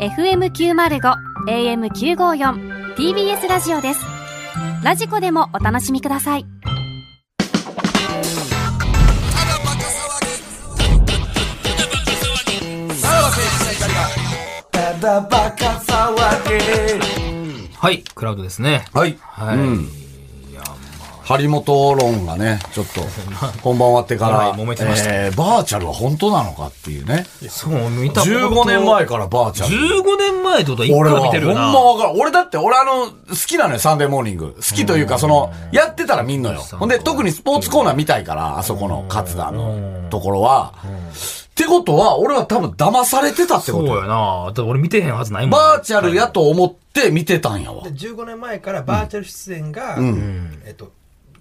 FM905 AM954 TBS ラジオですラジコでもお楽しみくださいはい、クラウドですね。はい。はい。張本論がね、ちょっ と、本番終わってかはいら、揉めてましたえーバーチャルは本当なのかっていうね。そう、見たこと15年前からバーチャル。 15年前ってことは一俺回は、見ほてんるよな。まわからん。俺だって、俺あの、好きなのよ、サンデーモーニング。好きというか、その、やってたら見んのよ。ほんで、特にスポーツコーナー見たいから、あそこの勝田のところは。ってことは、俺は多分騙されてたってこそうとよやな。だって俺見てへんはずないもん。バーチャルやと思って見てたんやわで。15年前からバーチャル出演が、えっと、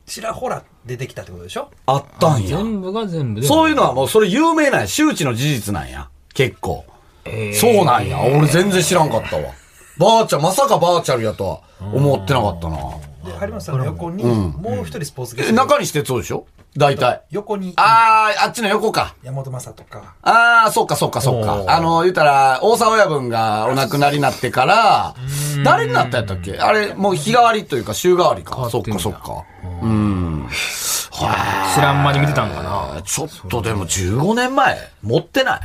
ちらほら出てきたってことでしょあったんや。全部が全部で。そういいうのはもうそれ有名なんや。周知の事実なんや。結構。えーそうなんや。俺全然知らんかったわ。バーチャル、まさかバーチャルやとは思ってなかったな。で張本さんの横に、もう一人スポーツゲスえ、ト、中西哲夫でしょ大体。横にあー、あっちの横か。山本昌とか、あー、そっかそっかそっおか。ーあの、言うたら、大沢親分がお亡くなりになってから、誰になったやったっけあれ、もう日替わりというか週替わりか。わそっってかんだそっか。うん。は知らん間に見てたのかい。ちょっとでも15年前、持ってない。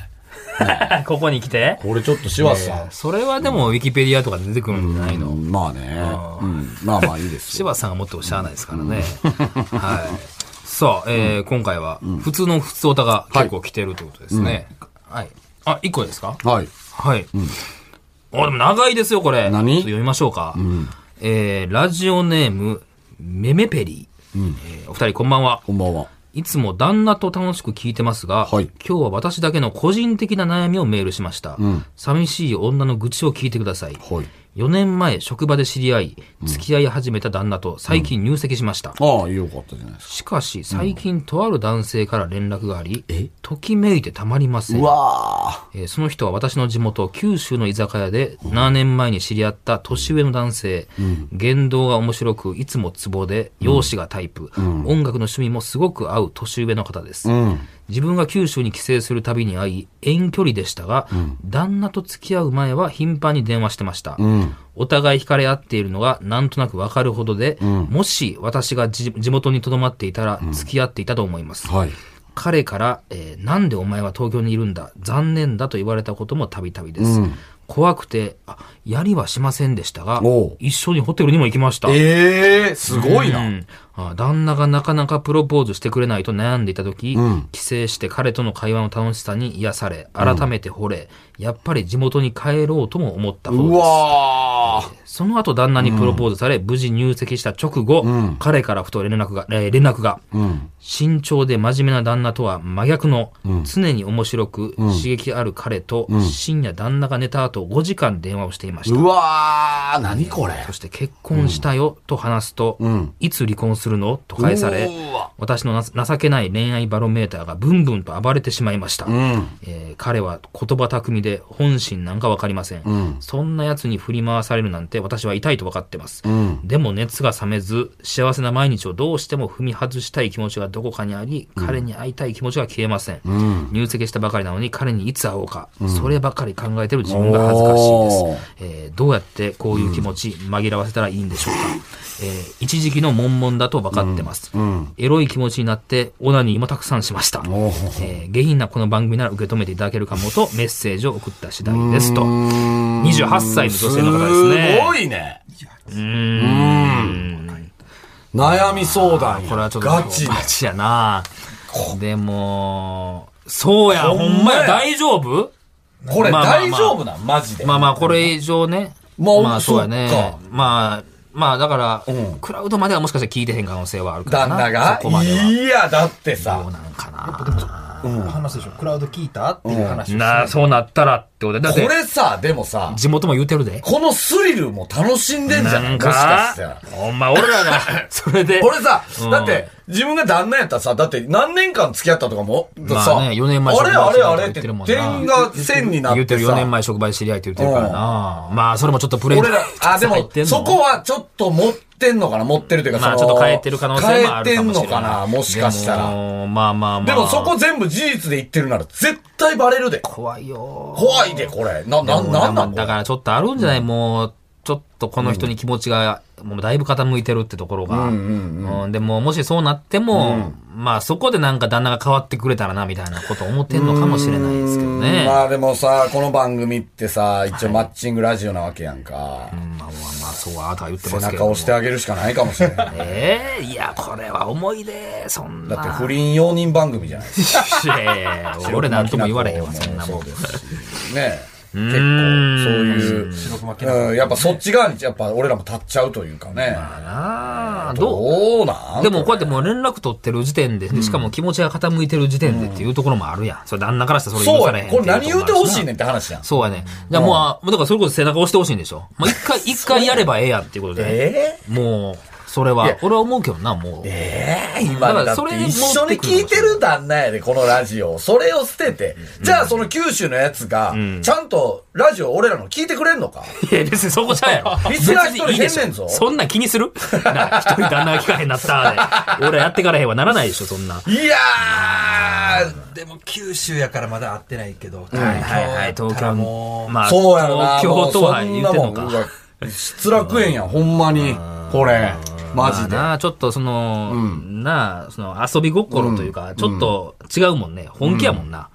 な。ここに来て。これちょっと柴田さん、それはでも、ウィキペディアとかで出てくるんじゃないのうんまあね。うん。まあまあいいですよ。柴田さんが持ってもしゃあないですからね。はい。さあ、えー今回は、普通の普通歌が結構来てるということですね。はい。あ、1個ですかはい。はい。お、でも長いですよ、これ。何ちょっと読みましょうか。えー、ラジオネーム、メメペリー。えーお二人こんばんは。こんばんは。いつも旦那と楽しく聞いてますが、はい今日は私だけの個人的な悩みをメールしました。寂しい女の愚痴を聞いてください。はい。 4年前、職場で知り合い、付き合い始めた旦那と最近入籍しました。ああ、よかったじゃないですか。しかし、最近とある男性から連絡があり、ときめいてたまりません。わあ。えーその人は私の地元、九州の居酒屋で7年前に知り合った年上の男性、言動が面白く、いつもツボで、容姿がタイプ、音楽の趣味もすごく合う年上の方です。自分が九州に帰省するたびに会い、遠距離でしたが、旦那と付き合う前は頻繁に電話してました。お互い惹かれ合っているのがなんとなくわかるほどで、もし私がじ地元に留まっていたら付き合っていたと思います。はい。彼から、えーなんでお前は東京にいるんだ残念だと言われたこともたびたびです、怖くてあやりはしませんでしたがおう一緒にホテルにも行きましたええすごいうな。んあ旦那がなかなかプロポーズしてくれないと悩んでいた時、帰省して彼との会話の楽しさに癒され改めて惚れ、やっぱり地元に帰ろうとも思ったほどうですわあ。その後旦那にプロポーズされ、無事入籍した直後、彼からふと連絡が、えー連絡が、慎重で真面目な旦那とは真逆の、常に面白く刺激ある彼と、深夜旦那が寝た後5時間電話をしていました。うわあ。何これ。そして結婚したよと話すと、いつ離婚するのと返されうわ、私のな情けない恋愛バロメーターがブンブンと暴れてしまいました。えー彼は言葉巧みで本心なんかわかりません,、そんな奴に振り回されるなんて私は痛いと分かってます、でも熱が冷めず、幸せな毎日をどうしても踏み外したい気持ちがどこかにあり、彼に会いたい気持ちが消えません。入籍したばかりなのに彼にいつ会おうか、そればかり考えてる自分が恥ずかしいですおー。えーどうやってこういう気持ち紛らわせたらいいんでしょうか、えー一時期の悶々だと分かってます、エロい気持ちになってオナニーもたくさんしました、えー下品なこの番組なら受け止めていただけるかもとメッセージを送った次第ですと28歳の女性の方ですねすごいね。うん。悩み相談や。これはちょっとガチねガチやなでもそうやほほんんままやや大丈夫これまあまあまあ大丈夫なんマジで。まあまあ、これ以上ね。まあそうやねそっか。まあ、まあ、だから、うんクラウドまではもしかしたら聞いてへん可能性はあるから旦な。那がそこまでは。いや、だってどうさ。なんかでな。も、話すでしょ、クラウド聞いたっていう話をしてなあ、そうなったらってことだ。だっこて、れさ、でもさ、地元も言うてるで。このスリルも楽しんでんじゃないもなんしかかしたら。、ほんま、俺らが、 それで。これさう、んだって、自分が旦那やったらさ、だって何年間付き合ったとかも、まあさ、ね4年前あれあれあれ言っってて、るもんな点が線にな言っうててる4さ年、前職場で知り合いって言ってるからな。まあ、それもちょっとプレイ俺ら、あ、でも、そこはちょっと持ってんのかな持ってるというか、まあ、ちそょのっと変えてる可能性もあるかもしれない。変えてんのかなもしかしたでら。もまあまあまあ。でもそこ全部事実で言ってるなら、絶対バレるで。怖いよ。怖ないで、これ。な、な、なんなんだからちょっとあるんじゃない、もう、ちょっとこの人に気持ちが、もうだいぶ傾いてるってところが。うんでも、もしそうなっても、まあそこでなんか旦那が変わってくれたらな、みたいなこと思ってんのかもしれないですけどね。まあでもさ、この番組ってさ、一応マッチングラジオなわけやんか。うんまあまあまあ、そうあなたは言って背ますけ中どを。してあげるしかないかもしれ ない。ええいや、これは重いで、そんな。だって不倫容認番組じゃないですか。いやいやいや俺なんとも言われへんわ、そんなもん。そうですしねえ結構、そういう、うん、やっぱそっち側に、やっぱ俺らも立っちゃうというかね。ああ、どうどうなんでもこうやってもう連絡取ってる時点で、しかも気持ちが傾いてる時点でっていうところもあるやん。それ旦那からしたらそれ許そさうれへやんね。これ何言うてほしいん。ねんって話やん。そうやね。じゃあもうあ、もうだからそれこそ背中押してほしいんでしょ。まあ一 回、一回やればええやんっていうことで。えもう、それは、俺は思うけどな、もう。ええ今だだからってそれに一緒に聞いてる旦那やで、このラジオ。それを捨てて。じゃあその九州のやつが、ちゃんとラジオ俺らの聞いてくれんのかいや、別にそこちゃうやろ。 リスナー別にいいでし一ょ人変ねんぞそんなん気にするな、一人旦那が聞かへんなったで。俺やってからへんはならないでしょ、そんな。 いやーでも九州やからまだ会ってないけど、はいはいはい、東東京やったら京もも。う、まあ、そうやろな。東京とはもう言ってんのそんなもんか。。失楽園やん、ほんまに。これ。マジでま。あなちょっとその、なあ、その遊び心というか、ちょっと違うもんね。本気やもんな。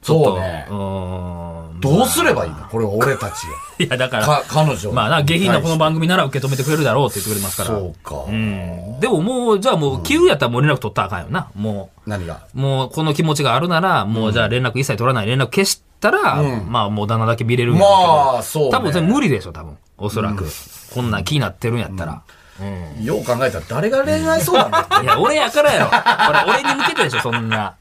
ちょっとそうねうーんどうすればいいのこれ俺たちいや、だかが。ら、か、彼女。まあな、下品なこの番組なら受け止めてくれるだろうって言ってくれますから。そうか。うんでももう、じゃあもう、急やったらもう連絡取ったらあかんよな。も何がう、もうこの気持ちがあるなら、もうじゃあ連絡一切取らない、連絡消したら、まあもう旦那だけ見れるんだけどまあそうね多分それ無理でしょ、多分。おそらく。こんなん気になってるんやったら。よう考えたら誰が恋愛相談なんて いや、俺やからやろ。これ俺に向けてでしょ、そんな。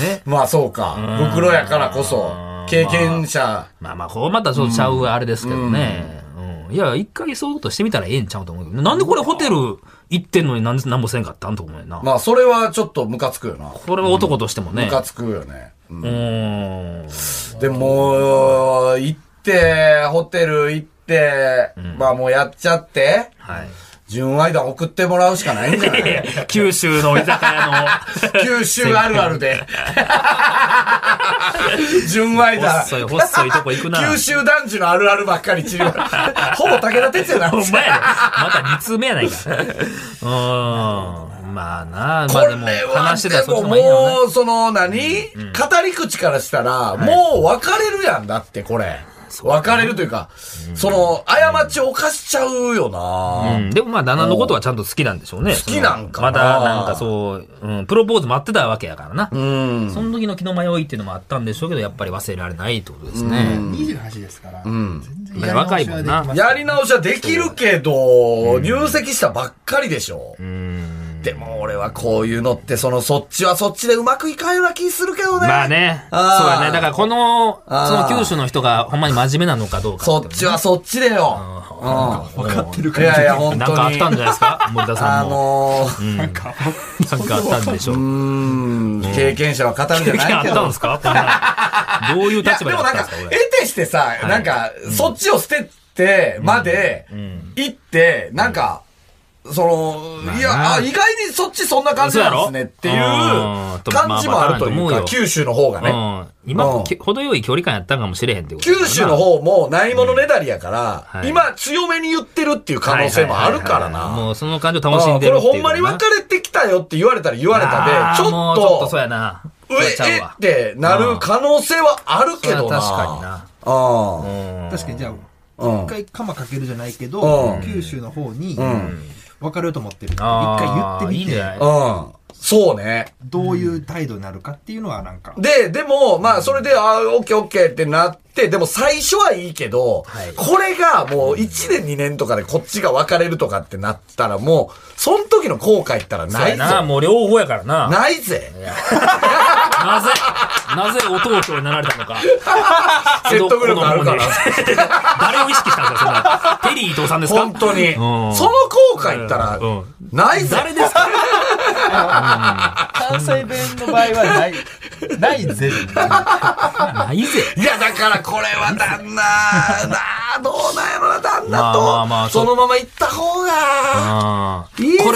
ね。まあそうか。袋やからこそ、経験者。まあまあ、こうまたちょっとちゃうあれですけどね。うんいや、一回そういうことしてみたらええんちゃうと思うけど。なんでこれホテル行ってんのになんでなんもせんかったんと思うよな。まあそれはちょっとムカつくよな。これは男としてもねム。カつくよね。ううんーん。でも、行って、ホテル行って、まあもうやっちゃって、はい。純愛団送ってもらうしかないんじ ゃない九州の居酒屋九州あるある で。純 愛の団。細い、細いとこ行くな。九州男児のあるあるばっかり治療。ほぼ武田鉄矢なん ほでんすまよ。やね。また二通目やないか。うーん。まあな、こまあれでも、は話してたらでそっちもの方がいいよねも。う、その何、語り口からしたら、もう別れるやんだって、これ。別れるというか、その、過ちを犯しちゃうよな、うん、でもまあ旦那のことはちゃんと好きなんでしょうね。好きなんかなまたなんかそう、うん、プロポーズ待ってたわけやからな。その時の気の迷いっていうのもあったんでしょうけど、やっぱり忘れられないってことですね。 28ですから、全然いや若いもんな。やり直しはできるけど、入籍したばっかりでしょ、でも俺はこういうのって、その、そっちはそっちでうまくいかんような気するけどね。まあね。そうあーやね。だからこの、そあーの九州の人がほんまに真面目なのかどうかそっちはそっちでよ。うん。分かってるから。いやいや、本当に。なんかあったんじゃないですか森田さあんも。のー、なんかあったんでしょう。うん、経験者は語るんじゃいやなあいっけたんどで。すかこんなどういういや、立で場もだっなんかたんですか、これ得てしてさ、なんか、そっちを捨てて、まで、行って、なんか、その、いや、あ、意外にそっちそんな感じなんですねっていうそうやろうん感じもあるといまあまあうまあまあまあまあまあまあまあまあまあまあか、九州の方がうね。ん。今、程よい距離感やったんかもしれへんってことだよ九な州の方もないものねだりやから、うん今強めに言ってるっていう可能性もあるからはいはいはいはいな。もうその感情あ楽しんこでるれっていうほんまに別れてきたよって言われたら言われたあで、ーちょっもうちょっととそう、やな。えそれちゃうえっわてなる可能性はあるけどな。それは確か確かにじゃあ、うん一回鎌かけるじゃないけうどん、九州の方にん、別れようと思ってる。一あ回ー言っていいみんじゃてな、いうん。そうね。どういう態度になるかっていうのはなんか、で、でも、まあ、それで、あーオッケーオッケーってなって、でも最初はいいけど、はいこれがもう1年2年とかでこっちが別れるとかってなったらもう、その時の後悔ったらそうないぜ。やな、もう両方やからな。なないぜ。ぜ、なぜお東京になられたのか。説得力あるからこのもんね誰を意識したんですか、そんな。テリー伊藤さんです か本当に。そのん後悔ったらうん、ないぜ。誰ですか関西弁の場合は ない、ないぜ。ないぜ。 いや、だからこれは旦那、なー、どうなんやろな、旦ま那あと、まあまあそのまま行った方が、あーいいぜこ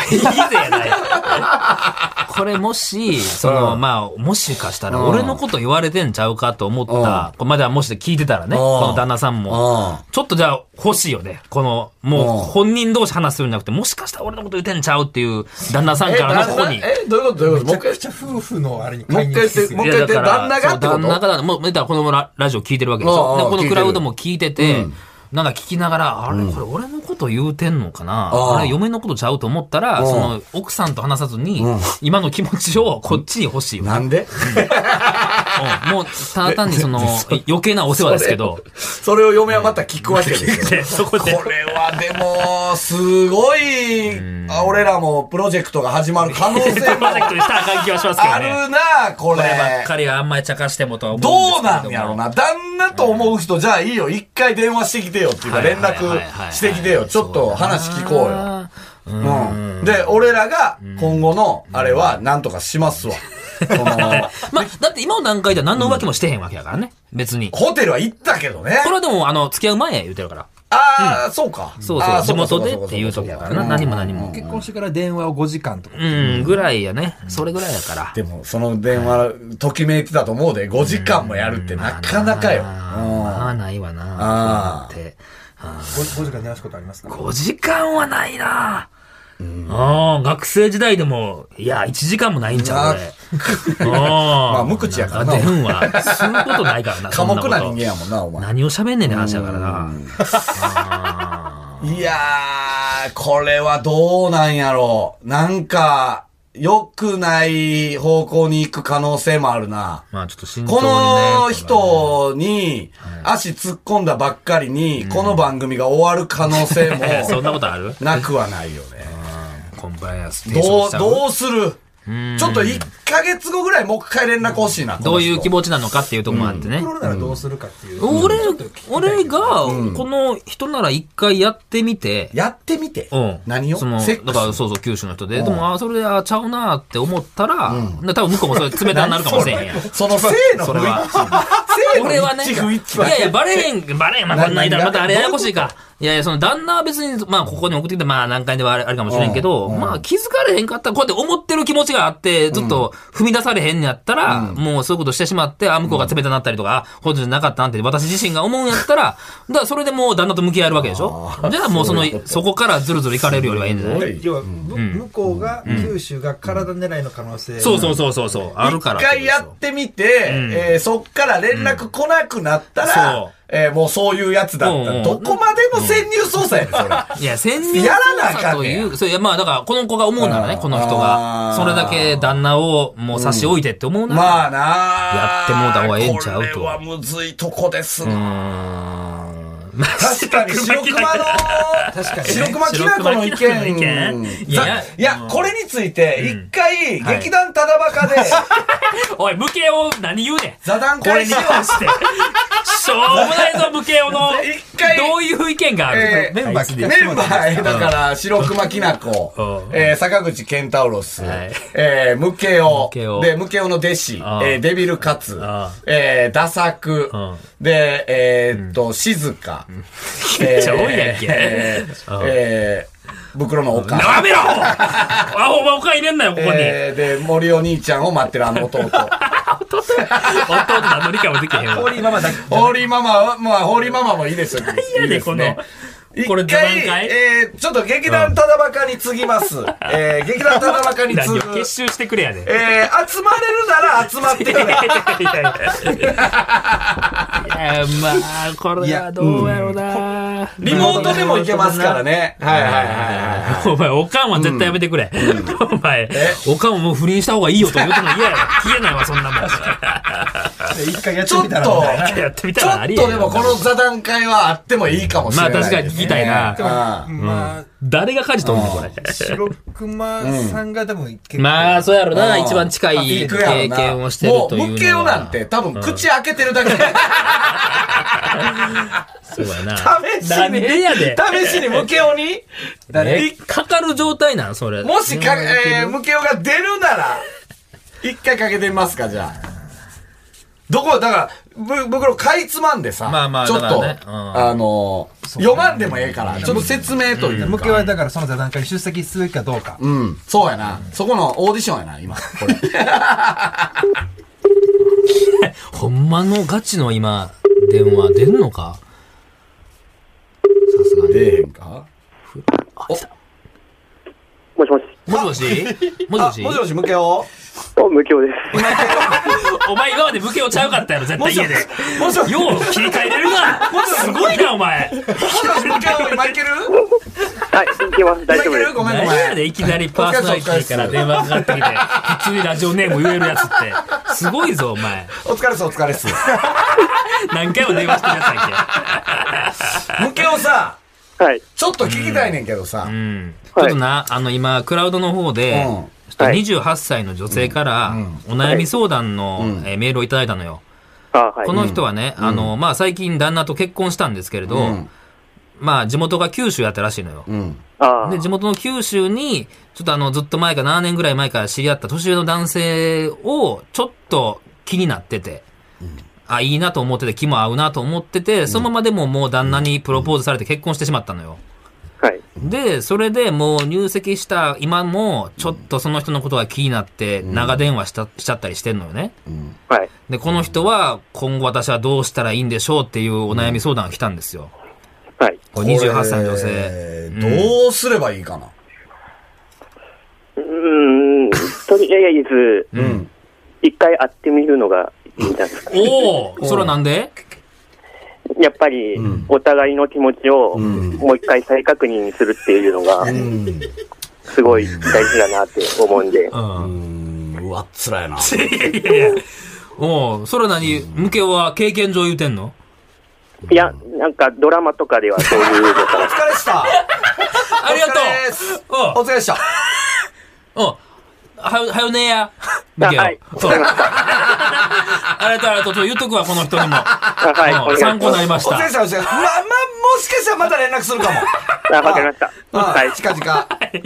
れ、いいぜやない。 これもし、その、うんまあ、もしかしたら、うん俺のこと言われてんちゃうかと思っうんた、これまだもし聞いてたらうね、んこの旦那さんもう。ちょっとじゃあ欲しいよね。この、もううん本人同士話するんじゃなくて、もしかしたら俺のこと言ってんちゃうっていう旦那さんからのここに。え、どういうことどういうこともめうちゃ一回くちゃ夫婦のあれにもう一介入回言っしすて、ぎもうて一い回言やって、だから旦那がってこそう旦那とが、もう、だからこのララジオ聞いてるわけでしうんょ。うんで、こ聞いてるのクラウドも聞いてて、なんか聞きながら、あれ、これ俺のこと言うてんのかな、うんあれ、嫁のことちゃうと思ったら、うんその、奥さんと話さずに、今の気持 ちをこっちに欲しいよ。なん でうんもう、ただ単 にその、余計なお世話ですけど、それを嫁はまた聞くわけですよ。 そこでこれはでも、すごい、あ俺らもプロジェクトが始まる可能性もまさっきとしたらあかん気はしますけどあね。るな、こ こればっれ。かりはあんまり茶化してもとは思うんですどうなけれどもんやろな。旦那と思う人、じゃあいいよ。一回電話してきてよっていうか、はい連はいはい絡してきてよ。ちょっと話聞こうよ。ううん。で、俺らが今後の、あれは、なんとかしますわ。 その、まあ、だって今の段階では何の浮気もしてへんわけやからね。別に。こホテルは行ったけどね。れはでも、あの、付き合う前言うてるから。ああ、そうか。そうあそう、ー地か元でそかっていう時やからそうな。か何も何も。結婚してから電話を5時間とかうん、ぐらいやね。それぐらいやから。でも、その電話、ときめいてたと思うで、5時間もやるってなかなかよ。うんまあ、ないわあな。ーそうやって。 5, 時間電話したことありますか5時間はないな。ああ、学生時代でも、いや、1時間もないんちゃう俺。ま まあ無口やからな電話、することないから 寡な。そん黙こなと人間やもんな、お前。何を喋んねんね話やからな。いやー、これはどうなんやろう。なんか、良くない方向に行く可能性もあるな。まあちょっと慎重にこね。のこ人に足突っ込んだばっかりに、この番組が終わる可能性もれはね そんなことあるなくはないよね。コンプライアンス提ど唱しう、たどうするちょっと1ヶ月後ぐらいもう一回連絡欲しいな。どういう気分持ちなのかっていうところもあってねプ。ロならどうするかっていう、俺ちょっと聞きたいけ、ど俺が、この人なら一回やってみて、やってみて。うん。何をその、セだックスからそうそう、九州の人で。でうんも、ああ、それで、ああ、ちゃうなーって思ったら、で多分向こうもそれ冷たくなるかもしれへんやん。 その性のそれは性の 俺はね、い一致不一致やいや、バレへん、バレへん、まあ、こんなんいたらまたあれななややこしいか。いやいや、その旦那は別に、まあ、ここに送ってきて、まあ、何回ではあれあるかもしれんけど、まあ、気づかれへんかったら、こうやって思ってる気持ちがあって、ずっと踏み出されへんやったら、もうそういうことしてしまって、あ、向こうが冷たなったりとか、あ、こうじゃなかったなって、私自身が思うんやったら、だからそれでもう旦那と向き合えるわけでしょじゃあもうその、そこからずるずる行かれるよりはいいんじゃない要は、む向こうが、九州が体狙いの可能性、そうそうそうそうそう、あるから。一回やってみて、えーそっから連絡来なくなったら、そうえーもうそういうやつだった。うんうんどこまでも潜入捜査やねん、それ。いや、潜入やらなあか捜査んとねいやう、そういや、まあだから、この子が思うならうんね、この人あが。ーそれだけ旦那をもう差し置いてって思うなら。まあなあやってもうた方がええんちゃうとこれはむずいとこですな、うーん。まあ確かに白熊の、確かにね白熊きなこの意白熊きなこの見。意見ざいやいや、これについて、一回、劇団ただばかで、 おい、無形を何言うねん。座談これ会にしよ関して。しょうもないぞ、無形の。一回どういう意見があう。るえーメンバー聞いてメンバー、だから、白熊きなこう、んえー坂口健太郎ス、はいえー、ムケオムケ、オで、ムケオの弟子、えああーデビルカツああ、えー、ダサクうん、で、えーっと、静 か、めっちゃ多いやんけえーえー、袋のおかんやめろアホばおか入れんなよ、ここに。えーで、森お兄ちゃんを待ってるあの 弟。弟何の理解もできへんわ。氷ママだけホーリーママは、まあ、ホーリーママもいいですよ。いいやねですねこの一これ回座談会えー、ちょっと劇団ただばかに継ぎます。えー、劇団ただばかに何継をぐ。結集してくれやで。えー、集まれるなら集 まってくれ。いやいやいやまあ、これはどうやろうな。リモートでも行けますからね。はいはいはいはい。お前、おかんは絶対やめてくれ。お前、おかんはもう不倫した方がいいよとか言うても嫌やろ。消えないわ、そんなもん。で一回やっちてょっみと、たちらみたいなやってみたょらあっりえんとでもこの座談会はあってもいいかもしれない、まあ確かに聞きたいなな。まあ、誰が家事取るの、これ。白熊さんが多分結構、まあ、そうやろうな。ん一番近い行くやろ経な験をしてるというのもう、は。無形なんて多分口開けてるだけで。そうやな。試しなんに、でやで。試しに無形にえかかる状態なんそれ。もしか、えー、ムケオが出るなら、一回かけてみますか、じゃあ。どこ、だから、ぶ袋かいつまんでさ、まあまあちょっだかと、らねうんあの、読まんでもええから、ちょっと説明という向か。けはだからその座談会に出席すべきかどうか。うん、そうやな。そこのオーディションやな、今。 これ。ほんまのガチの今、電話出んのかさすがに。出えへんかあ、来た。もしもし。もしもしもしもしもしもし、向けよあ、無教です。お前今まで向けよちゃうかったやろ、絶対家で。う。もしもし、よう切り替えれるなすごいな、お前向けよ今いけるはい、行きます。大今いけ丈夫でるす。ごめんご何めやん。でいきなりパーソナリティから電話かかってきて、普通にラジオネーム言えるやつって。すごいぞ、お前。お疲れっす、お疲れっす。何回も電話してるやつやっ向けよさ、はい。ちょっと聞きたいねんけどさけ。う、ん。ちょっとな、あの今、クラウドの方で、うんちょっと28歳の女性から、お悩み相談の、えーメールをいただいたのよ。あ、はいこ。の人はね、あの、まあ、最近旦那と結婚したんですけれど、まあ、地元が九州やったらしいのよ。うん。あで、地元の九州に、ちょっとあの、ずっと前か7年ぐらい前から知り合った年上の男性を、ちょっと気になってて、あ、いいなと思ってて、気も合うなと思ってて、そのままでももう旦那にプロポーズされて結婚してしまったのよ。はい。で、それでもう入籍した今も、ちょっとその人のことが気になって、長電話した、しちゃったりしてんのよね。はい。で、この人は、今後私はどうしたらいいんでしょうっていうお悩み相談が来たんですよ。はい。これ28歳の女性。これどうすればいいかな。うーん、とりあえず、うん。一回会ってみるのがいいんじゃないですか。おおそれはなんでやっぱり、お互いの気持ちを、もう一回再確認するっていうのが、うん。すごい大事だなって思うんで。うん。うん、うわ、辛いな。いやいやいや。おう、それなに、向けは経験上言うてんのいや、なんかドラマとかではそういうの おか疲れっした。ありがとうお疲れっした。おう、はよ、はよねえ や。な。向けあははい。わそう。かりましあた。りがとう、ありがとう。ちょっと言っとくわ、この人にも。あはい。おうん願いし参考まにすなりましお疲れたっ。した。お疲れっした。まあ、まあ、もしかしたらまた連絡するかも。あ、わかりました。はうい。ん、す近々。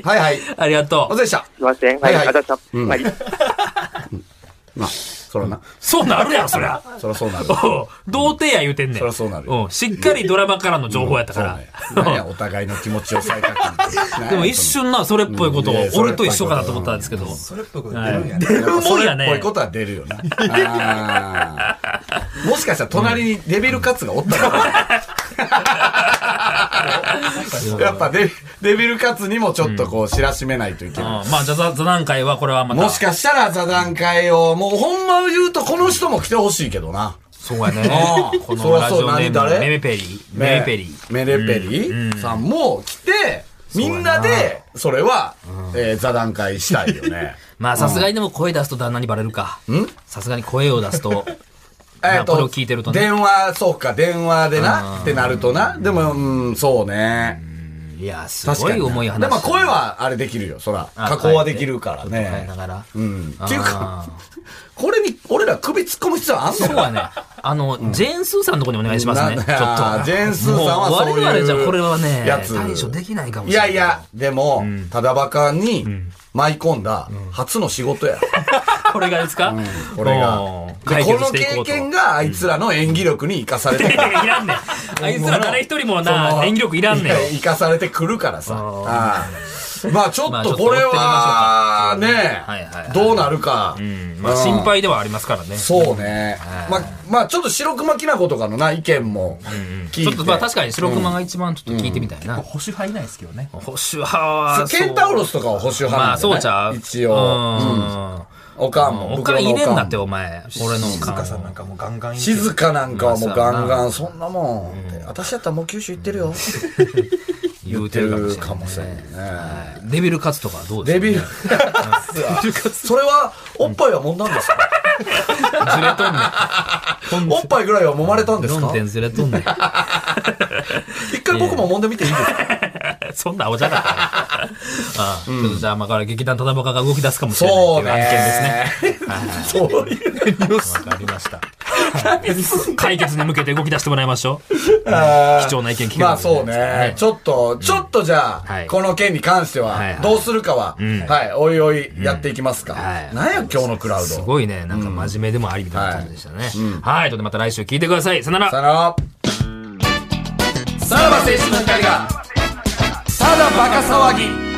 はいはい。ありがとお疲う。れっした。いません。ははいい。はいあざした。はい。まあ、そらな。そうなるやろ、そりゃ。そらそうなる。おう童貞や言うてんねん。そりゃそうなるんしっかりドラマからの情報やったかそうね何ら。やお互いの気持ちを再確認ってでも一瞬な、それっぽいことをうんいや、俺と一緒かなと思ったんですけど。それっぽく出はるんやいね。出るもそんれやっぽいね。ことは出るよね。あーもしかしたら隣にデビルカツがおったから。やっぱデデビルカツにもちょっとこう知らしめないといけうんない。まあ、座座座談会はこれはまた。もしかしたら座談会を、もうほんまを言うとこの人も来てほしいけどな。そうやねああ。こそのらラジそうオネーム何誰のメメペリー。メメペリー。メレペリーさんも来て、みんなで、それは、えー座談会したいよ ね。まあ、さすがにでも声出すと旦那にバレるか。さすがに声を出すと。 えっ、まあことれを聞いてるとね電話、そうか、電話でな、ってなるとな。でも、うん、そうね。いや、す確ごかに。い重い話。でも声は、あれできるよ、そら。あ加工はできるから変えねな。がら。うん。あ ーっていうか、これに、俺ら首突っ込む必要あんのそうやね。あの、ジェーン・スーさんのとこにお願いしますね。ちょなっと。あージェーンスーさんはもそういう我々じゃこれはね、やつ対処できないかもいしれなやい。いや、。でも、ただバカに舞い込んだ初の仕事や。 これがですかこれがもうで解こ決のしていこ経うと。験があいつらの演技力に生かされて いやいらんねん。あいつら誰一人もな、演技力いらんねん。生かされてくるからさ。ーああまあちょまっあちょとっとこれは追ってみましょうかねはいはいは、いどうなるかう。んまあ、心配ではありますからね。そうね。まあ、まあちょっと白熊きなことかのな意見も聞いちょて。っとまあ確かに白熊が一番ちょっと聞いてみたいな。保守派いないですけどね。保守派は。ケンタウロススとかは保守派まなあんだよそうねちゃう。一応。うんおかんうん。も。おかん入れんなって僕のおかんもお前。俺のお静か香さんんなんかもうガンガン言って静かなんかはもうガンまガン、そんなもんって。私だったらもう九州行ってるよ。言言ううててるるかかももししれれんんねね。はいデビルカツとかどうですデかビル。 それは、おっぱいは揉んだんですかずれとんねおっぱいぐらいは揉まれたんですん。論か点ずれとんねん。一回僕も揉んでみていいですか そんなおじゃなかった。ああ ちょっとじゃあ、まあこれ劇団ただばかが動き出すかもしれないってそういう案件ですね。ね。そういうニュースわかりました。解決に向けて動き出してもらいましょ う。貴貴重な意見聞けたまあんじゃなそいうですかねね。ちょっと、ちょっとじゃはあい、この件に関してはいはは、いどうするかは、はい、おいおいやっていきますか。はいなんや、今日のクラウすド。ごいね、なんか真面目でもありみたいな感じでしたね。はい、ということでまた来週聞いてください。さよならさ。よなら。さらば青春の光が、ただバカ騒ぎ。